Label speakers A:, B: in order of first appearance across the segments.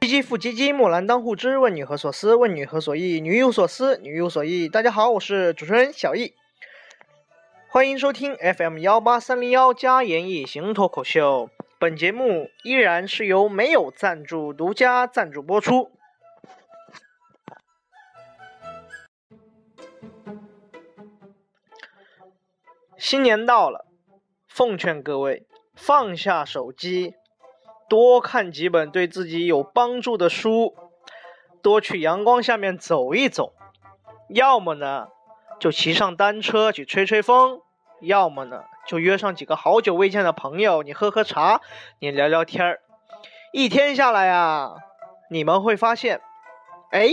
A: 唧唧复唧唧，木兰当户织。问女何所思？问女何所忆？女有所思，女有所忆。大家好，我是主持人小易，欢迎收听 FM 幺八三零幺加言一行脱口秀。本节目依然是由没有赞助独家赞助播出。新年到了，奉劝各位放下手机，多看几本对自己有帮助的书，多去阳光下面走一走。要么呢，就骑上单车去吹吹风；要么呢，就约上几个好久未见的朋友，你喝喝茶，你聊聊天儿。一天下来啊，你们会发现，哎，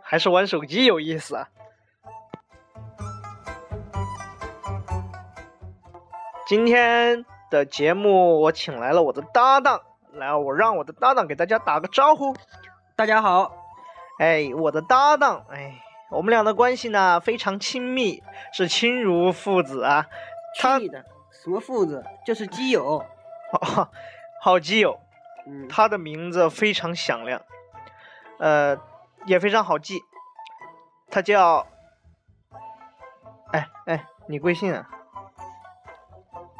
A: 还是玩手机有意思啊。今天的节目，我请来了我的搭档，来，我让我的搭档给大家打个招呼。
B: 大家好，
A: 哎，我的搭档，哎，我们俩的关系呢非常亲密，是亲如父子啊。 他
B: 去你的什么父子？就是基友。
A: 好，好基友，
B: 嗯，
A: 他的名字非常响亮，呃，也非常好记。他叫，哎哎，你贵姓啊？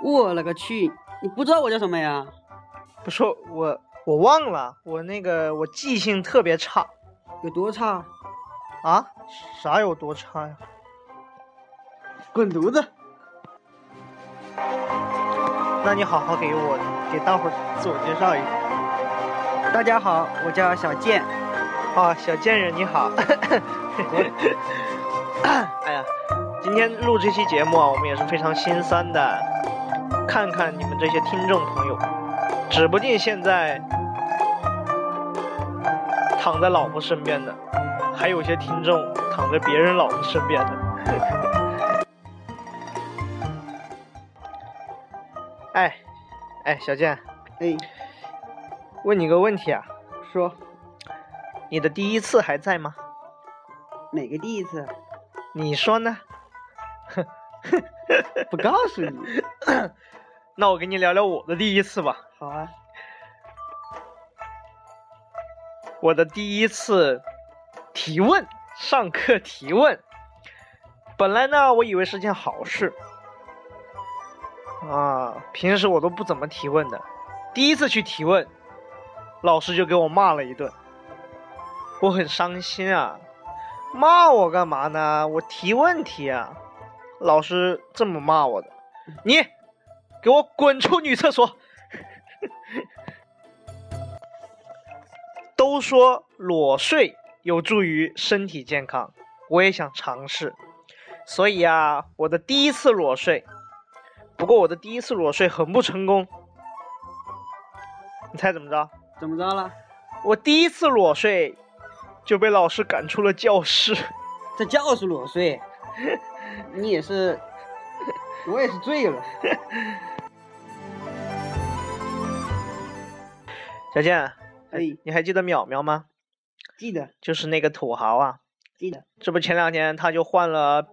B: 我勒个去！你不知道我叫什么呀？
A: 不说，我我忘了，我那个我记性特别差
B: 有多差？
A: 啊，啥有多差呀？
B: 滚犊子！
A: 那你好好给我给大伙儿自我介绍一下
B: 大家好，我叫小健。
A: 啊，小贱人你好。哎呀，今天录这期节目啊，我们也是非常心酸的，看看你们这些听众朋友，指不定现在躺在老婆身边的，还有些听众躺在别人老婆身边的。哎，哎，小健，
B: 哎，
A: 问你个问题啊，
B: 说
A: 你的第一次还在吗？
B: 哪个第 一次？
A: 你说呢？
B: 不告诉你。
A: 那我跟你聊聊我的第一次吧。
B: 好啊，
A: 我的第一次提问，上课提问。本来呢，我以为是件好事啊，平时我都不怎么提问的。第一次去提问，老师就给我骂了一顿，我很伤心啊。骂我干嘛呢？我提问题啊，老师这么骂我的，你给我滚出女厕所！都说裸睡有助于身体健康，我也想尝试。所以啊，我的第一次裸睡，不过我的第一次裸睡很不成功。你猜怎么着？
B: 怎么着了？
A: 我第一次裸睡就被老师赶出了教室。
B: 这觉是裸睡。你也是，我也是醉了。
A: 小健，
B: 哎，
A: 你还记得淼淼吗？
B: 记得
A: 就是那个土豪啊，
B: 记得。
A: 这不前两天他就换了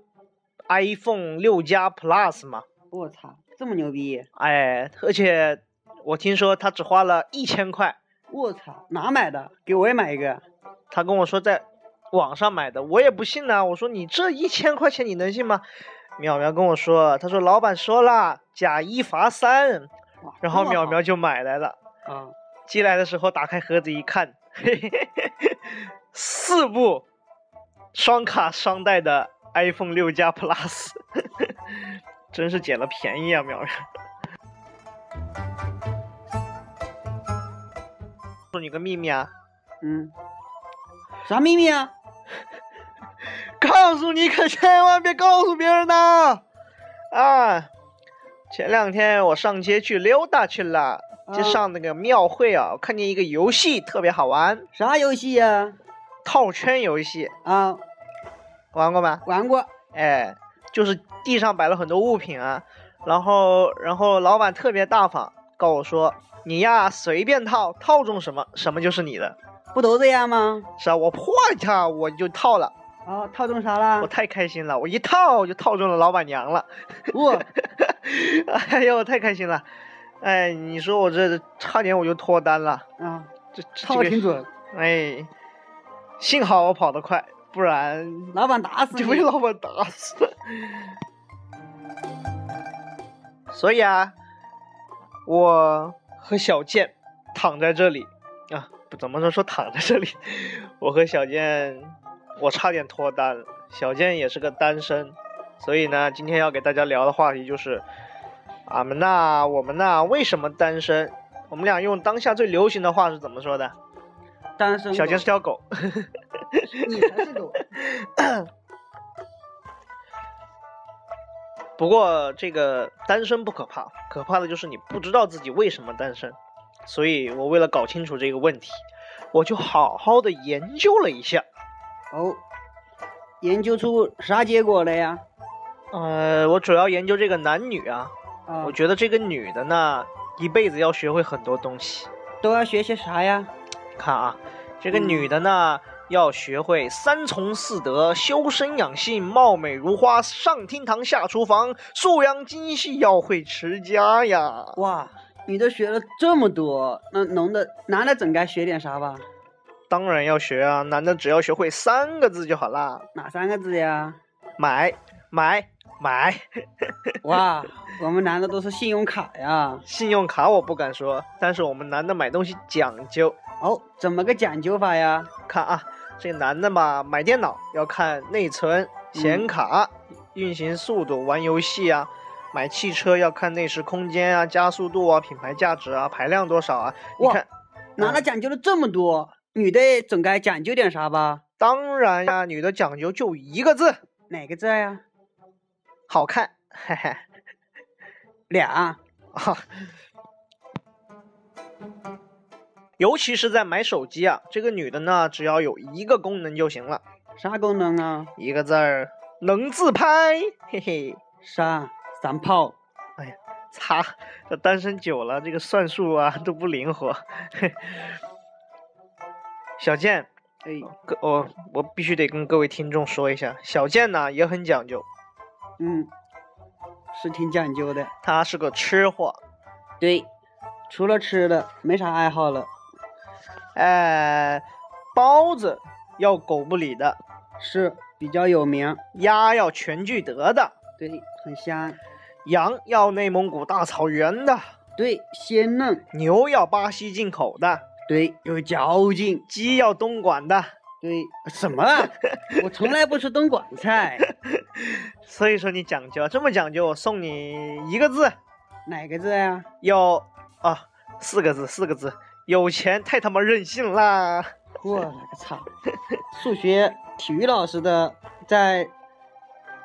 A: iPhone 六加 Plus 吗？
B: 我操，这么牛逼！
A: 哎，而且我听说他只花了一千块，
B: 我操，哪买的？给我也买一个。
A: 他跟我说在网上买的，我也不信呐、我说你这一千块钱你能信吗？淼淼跟我说，他说老板说了假一罚三，
B: 哇哦
A: 然后
B: 这么
A: 淼
B: 好
A: 淼就买来了。
B: 啊，
A: 寄来的时候打开盒子一看，嘿嘿嘿嘿四部双卡双待的 iPhone 六加 Plus，真是捡了便宜啊，淼淼。告诉你个秘密啊，
B: 嗯，啥秘密啊？
A: 告诉你可千万别告诉别人呐！啊，前两天我上街去溜达去了，就
B: 啊
A: 上那个庙会啊，我看见一个游戏特别好玩，
B: 啥游戏呀、
A: 套圈游戏，
B: 啊？
A: 玩过吗？
B: 玩过。
A: 哎，就是地上摆了很多物品啊，然后然后老板特别大方，告我说你呀随便套，套中什么什么就是你的。
B: 不都这样吗？
A: 是啊，我啪一下我就套了，
B: 啊，套中啥啦
A: 我？太开心了，我一套就套中了老板娘了，
B: 我
A: 哎呦，太开心了，哎，你说我这差点我就脱单了，
B: 啊，
A: 这这
B: 套
A: 这
B: 挺
A: 个
B: 准。
A: 哎，幸好我跑得快，不然
B: 老板打死
A: 就被
B: 你！
A: 老板打死 了。所以啊，我和小健躺在这里啊，不怎么能说躺在这里， 我和小健，我差点脱单了。小健也是个单身，所以呢，今天要给大家聊的话题就是，俺们呐，我们呐，为什么单身？我们俩用当下最流行的话是怎么说的？
B: 单身
A: 小健
B: 狗
A: 是条狗。
B: 你才 是狗，
A: 不过这个单身不可怕，可怕的就是你不知道自己为什么单身。所以我为了搞清楚这个问题，我就好好的研究了一下。
B: 哦，研究出啥结果了呀？
A: 呃，我主要研究这个男女啊，
B: 啊
A: 我，觉得这个女的呢，一辈子要学会很多东西。
B: 都要学些啥呀？
A: 看啊，这个
B: 嗯
A: 女的呢，要学会三从四德、修身养性、貌美如花、上厅堂下厨房、素养精细，要会持家呀。
B: 哇，你都学了这么多，那男的男的总该学点啥吧？
A: 当然要学啊，男的只要学会三个字就好啦，
B: 哪三个字呀？
A: 买买买。
B: 哇，我们男的都是信用卡呀。
A: 信用卡我不敢说，但是我们男的买东西讲究，
B: 哦，怎么个讲究法呀？
A: 看啊，这男的吧，买电脑要看内存、显卡、运行速度、玩游戏啊；买汽车要看内饰空间啊、加速度啊、品牌价值啊、排量多少啊。你
B: 哇
A: 看，
B: 男
A: 嗯
B: 的讲究了这么多，女的总该讲究点啥吧？
A: 当然呀、女的讲究就一个字，
B: 哪个字啊呀？
A: 好看，嘿嘿。
B: 俩。
A: 啊，尤其是在买手机啊，这个女的呢，只要有一个功能就行了，
B: 啥功能啊？
A: 一个字儿，能自拍，嘿嘿。
B: 啥？三炮。
A: 擦，这单身久了，这个算术啊都不灵活。小健，
B: 哎，
A: 各我、我必须得跟各位听众说一下，小健呢也很讲究，
B: 嗯，是挺讲究的。
A: 他是个吃货，
B: 对，除了吃的没啥爱好了。
A: 哎，包子要狗不理的，
B: 是比较有名。
A: 鸭要全聚德的，
B: 对，很香。
A: 羊要内蒙古大草原的，
B: 对，鲜嫩。
A: 牛要巴西进口的，
B: 对，有嚼劲。
A: 鸡要东莞的。
B: 对，什么 啊？我从来不吃东莞菜。
A: 所以说你讲究，这么讲究，我送你一个字，
B: 哪个字呀、
A: 有啊，四个字，四个字，有钱太他妈任性啦！
B: 我勒个操！数学、体育老师的在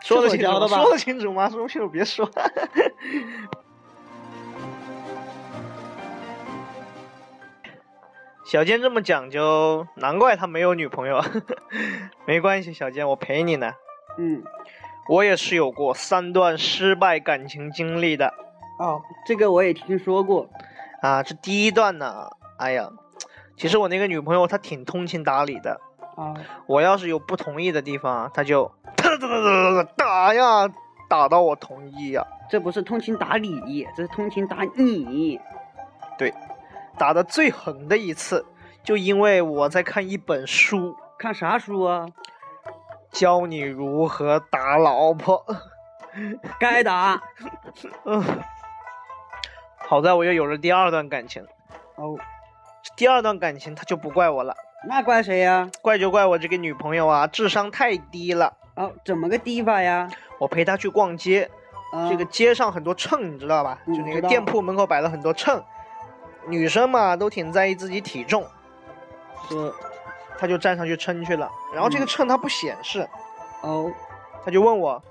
A: 说得
B: 厕所
A: 清
B: 教
A: 楚，
B: 的吧？
A: 说得清楚吗？说不清楚别说。 小健这么讲究，难怪他没有女朋友。 没关系，小健，我陪你呢。
B: 嗯，
A: 我也是有过三段失败感情经历的
B: 哦，这个我也听说过。
A: 啊。这第一段呢，哎呀，其实我那个女朋友她挺通情达理的，
B: 啊，
A: 我要是有不同意的地方，她就打呀，打到我同意呀，
B: 这不是通情达理，这是通情达你。
A: 打的最狠的一次，就因为我在看一本书，
B: 看啥书啊？
A: 教你如何打老婆。
B: 该打。
A: 嗯，好在我又有了第二段感情，
B: 哦，
A: 第二段感情她就不怪我了。
B: 那怪谁呀、
A: 怪就怪我这个女朋友啊，智商太低了。
B: 哦，怎么个低法呀？
A: 我陪她去逛街，
B: 啊
A: 这个街上很多秤，你知道吧？
B: 嗯
A: 就那
B: 知
A: 个
B: 道
A: 店铺门口摆了很多秤，女生嘛都挺在意自己体重，
B: 是
A: 她就站上去称去了。然后这个
B: 嗯
A: 秤它不显示，
B: 哦，
A: 她就问我：“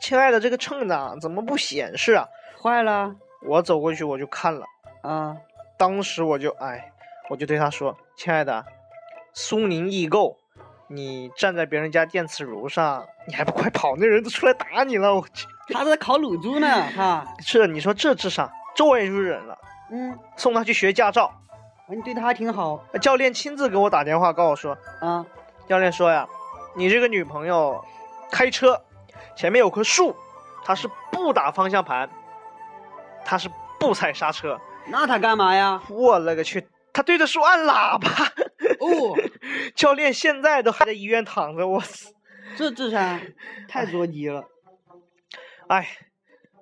A: 亲爱的，这个秤呢怎么不显示啊
B: 坏了？”
A: 我走过去我就看了，
B: 啊！
A: 当时我就哎，我就对她说：“亲爱的，苏宁易购。”你站在别人家电磁炉上，你还不快跑？那人都出来打你了！我去。
B: 他在烤乳猪呢，哈。
A: 这你说这智商，这我也就忍了，
B: 嗯，
A: 送他去学驾照。
B: 你对他还挺好
A: 教练亲自给我打电话跟我说，
B: 啊。
A: 教练说呀，你这个女朋友开车前面有棵树，她是不打方向盘，她是不踩刹车。
B: 那他干嘛呀？
A: 我勒个去！他对着树按喇叭，
B: 哦，
A: 教练现在都还在医院躺着，我操！
B: 这智商太着急了。
A: 哎，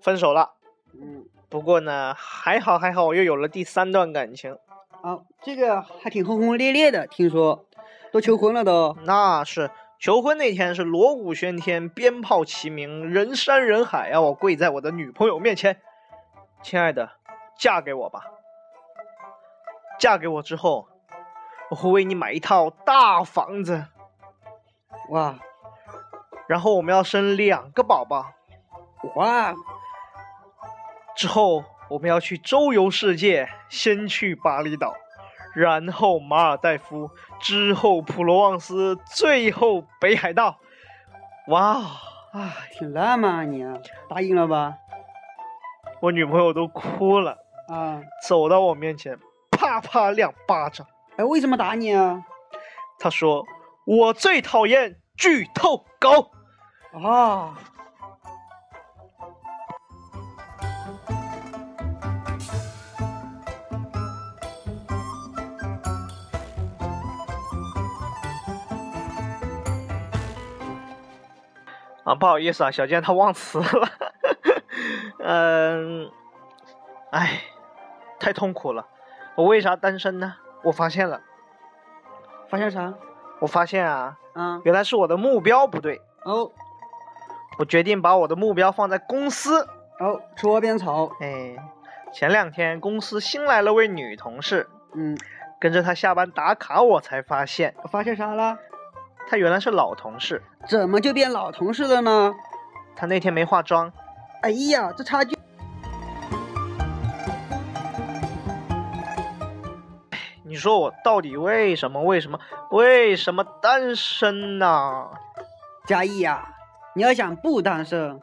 A: 分手了。
B: 嗯，
A: 不过呢，还好还好，我又有了第三段感情。
B: 啊，这个还挺轰轰烈烈的，听说都求婚了都。
A: 那是求婚那天是锣鼓喧天，鞭炮齐鸣，人山人海啊！我跪在我的女朋友面前，亲爱的，嫁给我吧。嫁给我之后，我会为你买一套大房子，
B: 哇
A: 然后我们要生两个宝宝，
B: 哇，
A: 之后我们要去周游世界，先去巴厘岛，然后马尔代夫，之后普罗旺斯，最后北海道。哇哦！啊，
B: 挺浪漫啊你啊，答应了吧？
A: 我女朋友都哭了，
B: 啊，
A: 走到我面前，啪啪两巴掌。
B: 哎，为什么打你啊？
A: 她说：“我最讨厌剧透狗。
B: 啊，
A: 啊，不好意思啊，小健他忘词了。嗯，哎，太痛苦了。我为啥单身呢？我发现了，
B: 发现啥？
A: 我发现啊，
B: 啊，
A: 原来是我的目标不对，
B: 哦
A: 我决定把我的目标放在公司。
B: 哦，吃窝边草。
A: 哎，前两天公司新来了位女同事，
B: 嗯，
A: 跟着她下班打卡，我才发现
B: 发现啥了？
A: 她原来是老同事。
B: 怎么就变老同事了呢？
A: 她那天没化妆，
B: 哎呀，这差距。
A: 你说我到底为什么为什么为什么单身呐？
B: 嘉义呀、你要想不单身，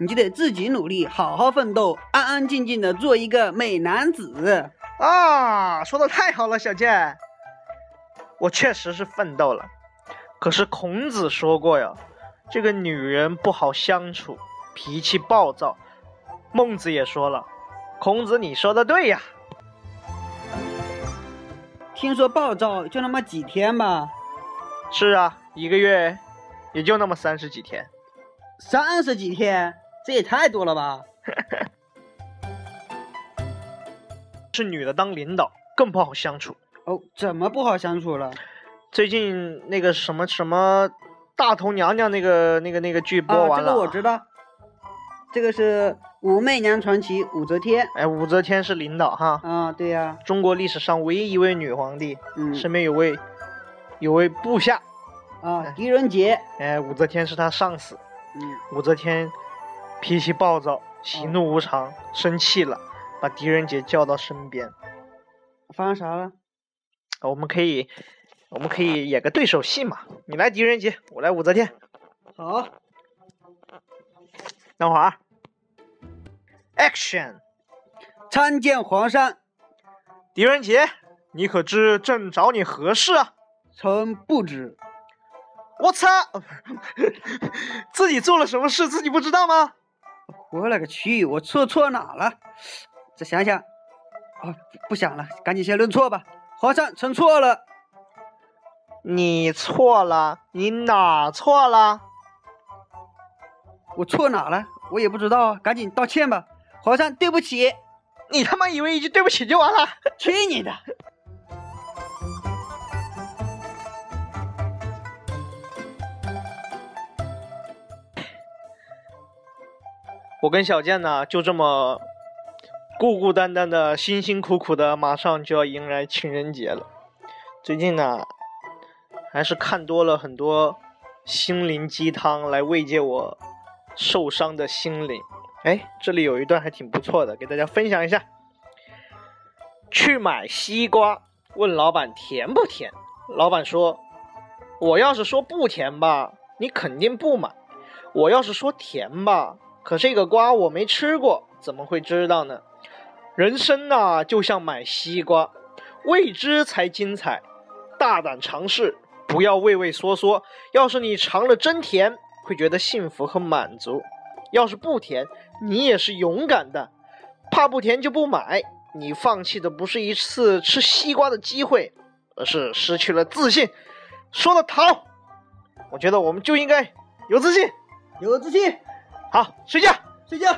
B: 你就得自己努力，好好奋斗，安安静静的做一个美男子。
A: 啊，说的太好了，小健。我确实是奋斗了，可是孔子说过呀，这个女人不好相处，脾气暴躁。孟子也说了，孔子你说的对呀。
B: 听说暴躁就那么几天吧，
A: 是啊，一个月也就那么三十几天。
B: 三十几天，这也太多了吧？
A: 是女的当领导更不好相处。
B: 哦，怎么不好相处了？
A: 最近那个什么什么大头娘娘那个那个那个剧播
B: 啊，
A: 完
B: 这
A: 了，
B: 个我知。道，这个是《武媚娘传奇》武则天。
A: 哎，武则天是领导哈，
B: 啊，对呀、
A: 中国历史上唯一一位女皇帝。
B: 嗯，
A: 身边有位有位部下，
B: 啊，狄仁杰，
A: 哎，武则天是他上司。
B: 嗯，
A: 武则天脾气暴躁，喜怒无常，生气了，把狄仁杰叫到身边。
B: 发生啥了？
A: 我们可以，我们可以演个对手戏嘛？你来狄仁杰，我来武则天。
B: 好，
A: 等会儿啊，Action！
B: 参见皇上，
A: 狄仁杰，你可知朕找你何事啊？
B: 臣不知。
A: 我操！呃不是自己做了什么事自己不知道吗？
B: 我勒个去！我错错哪了？再想想，啊，不想了，赶紧先认错吧。皇上，臣错了。
A: 你错了，你哪错了？
B: 我错哪了？我也不知道啊，赶紧道歉吧。皇上，对不起。
A: 你他妈以为一句对不起就完了？
B: 去你的！
A: 我跟小健呢，就这么孤孤单单的、辛辛苦苦的，马上就要迎来情人节了。最近呢，还是看多了很多心灵鸡汤来慰藉我受伤的心灵。哎，这里有一段还挺不错的，给大家分享一下。去买西瓜，问老板甜不甜？老板说：“我要是说不甜吧，你肯定不买。”我要是说甜吧，可这个瓜我没吃过，怎么会知道呢？人生呐、就像买西瓜，未知才精彩。大胆尝试，不要畏畏缩缩。要是你尝了真甜，会觉得幸福和满足；要是不甜，你也是勇敢的。怕不甜就不买，你放弃的不是一次吃西瓜的机会，而是失去了自信。说的好，我觉得我们就应该有自信。
B: 有自信，
A: 好，睡觉。
B: 睡觉。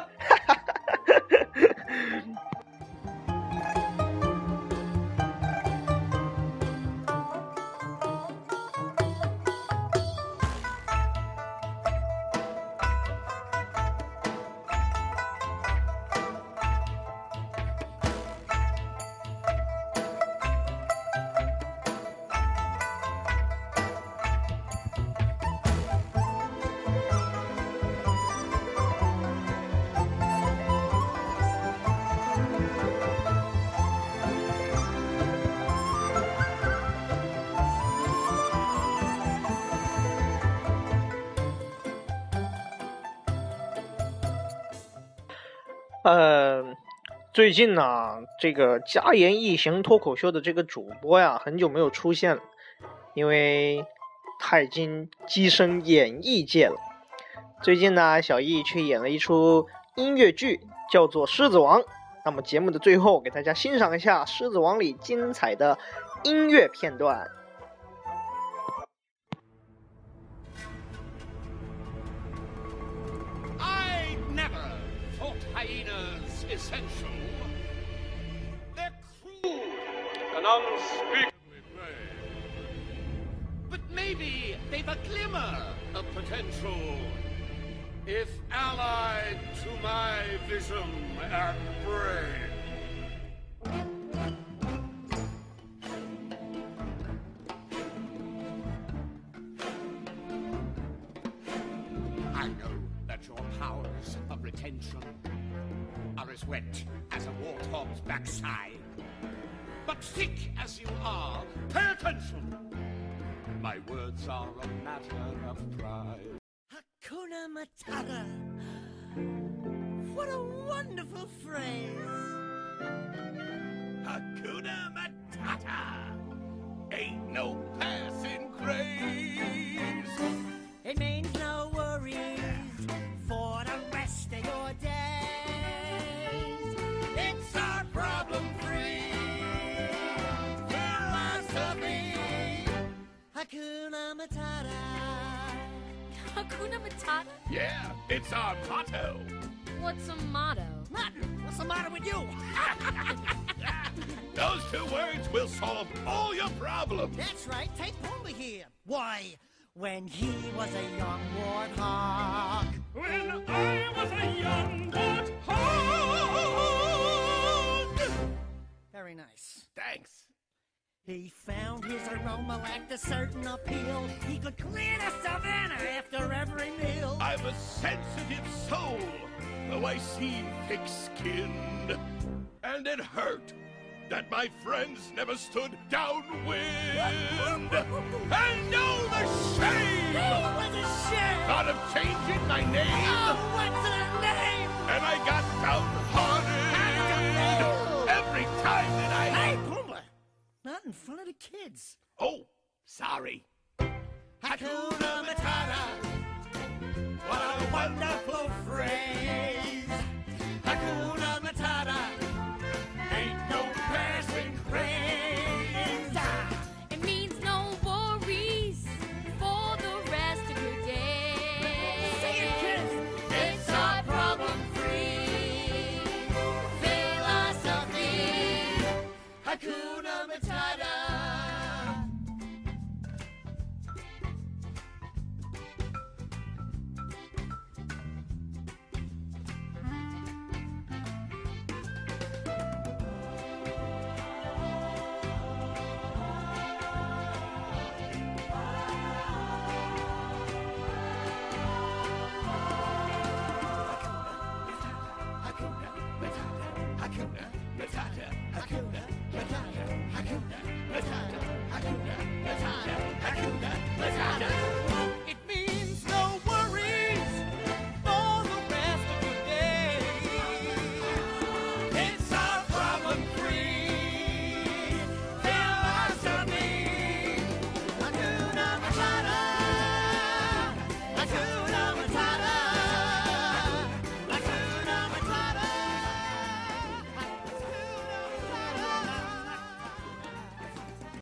A: 呃，最近呢、这个家言一行脱口秀的这个主播呀，很久没有出现了，因为他已经跻身演艺界了。最近呢，小易去演了一出音乐剧，叫做《狮子王》。那么节目的最后，给大家欣赏一下《狮子王》里精彩的音乐片段。
C: I never thought hyenas essential. They're cruel and unspeakably brave. But maybe they've a glimmer of potential. If allied to my vision and brain. I know that your powers of retention are as wet as a warthog's backside. But thick as you are, pay attention. My words are a matter of pride.
D: Hakuna Matata. What a wonderful phrase.
C: Hakuna Matata. Ain't no passing craze.
D: It means no worries for the rest of your days. It's our problem free philosophy. Hakuna Matata.
E: Hakuna Matata?
C: Yeah, it's our motto.
E: What's a motto?
D: Martin, what's the matter with you?
C: Those two words will solve all your problems.
D: That's right, take over here. Why, when he was a young warthog.
C: When I was a young warthog.
D: Very nice.
C: Thanks.
D: He found his aroma lacked a certain appeal. He could clear the savannah after every meal.
C: I'm a sensitive soul, though I seem thick-skinned. And it hurt that my friends never stood downwind. and oh, the shame
D: was a shame!
C: out of changing my name.
D: what's her name?
C: and I got downhearted every time that I.
D: Hey, Pumbaa! Not in front of the kids.
C: Oh, sorry.
D: Hakuna Matata,
C: What a wonderful phrase.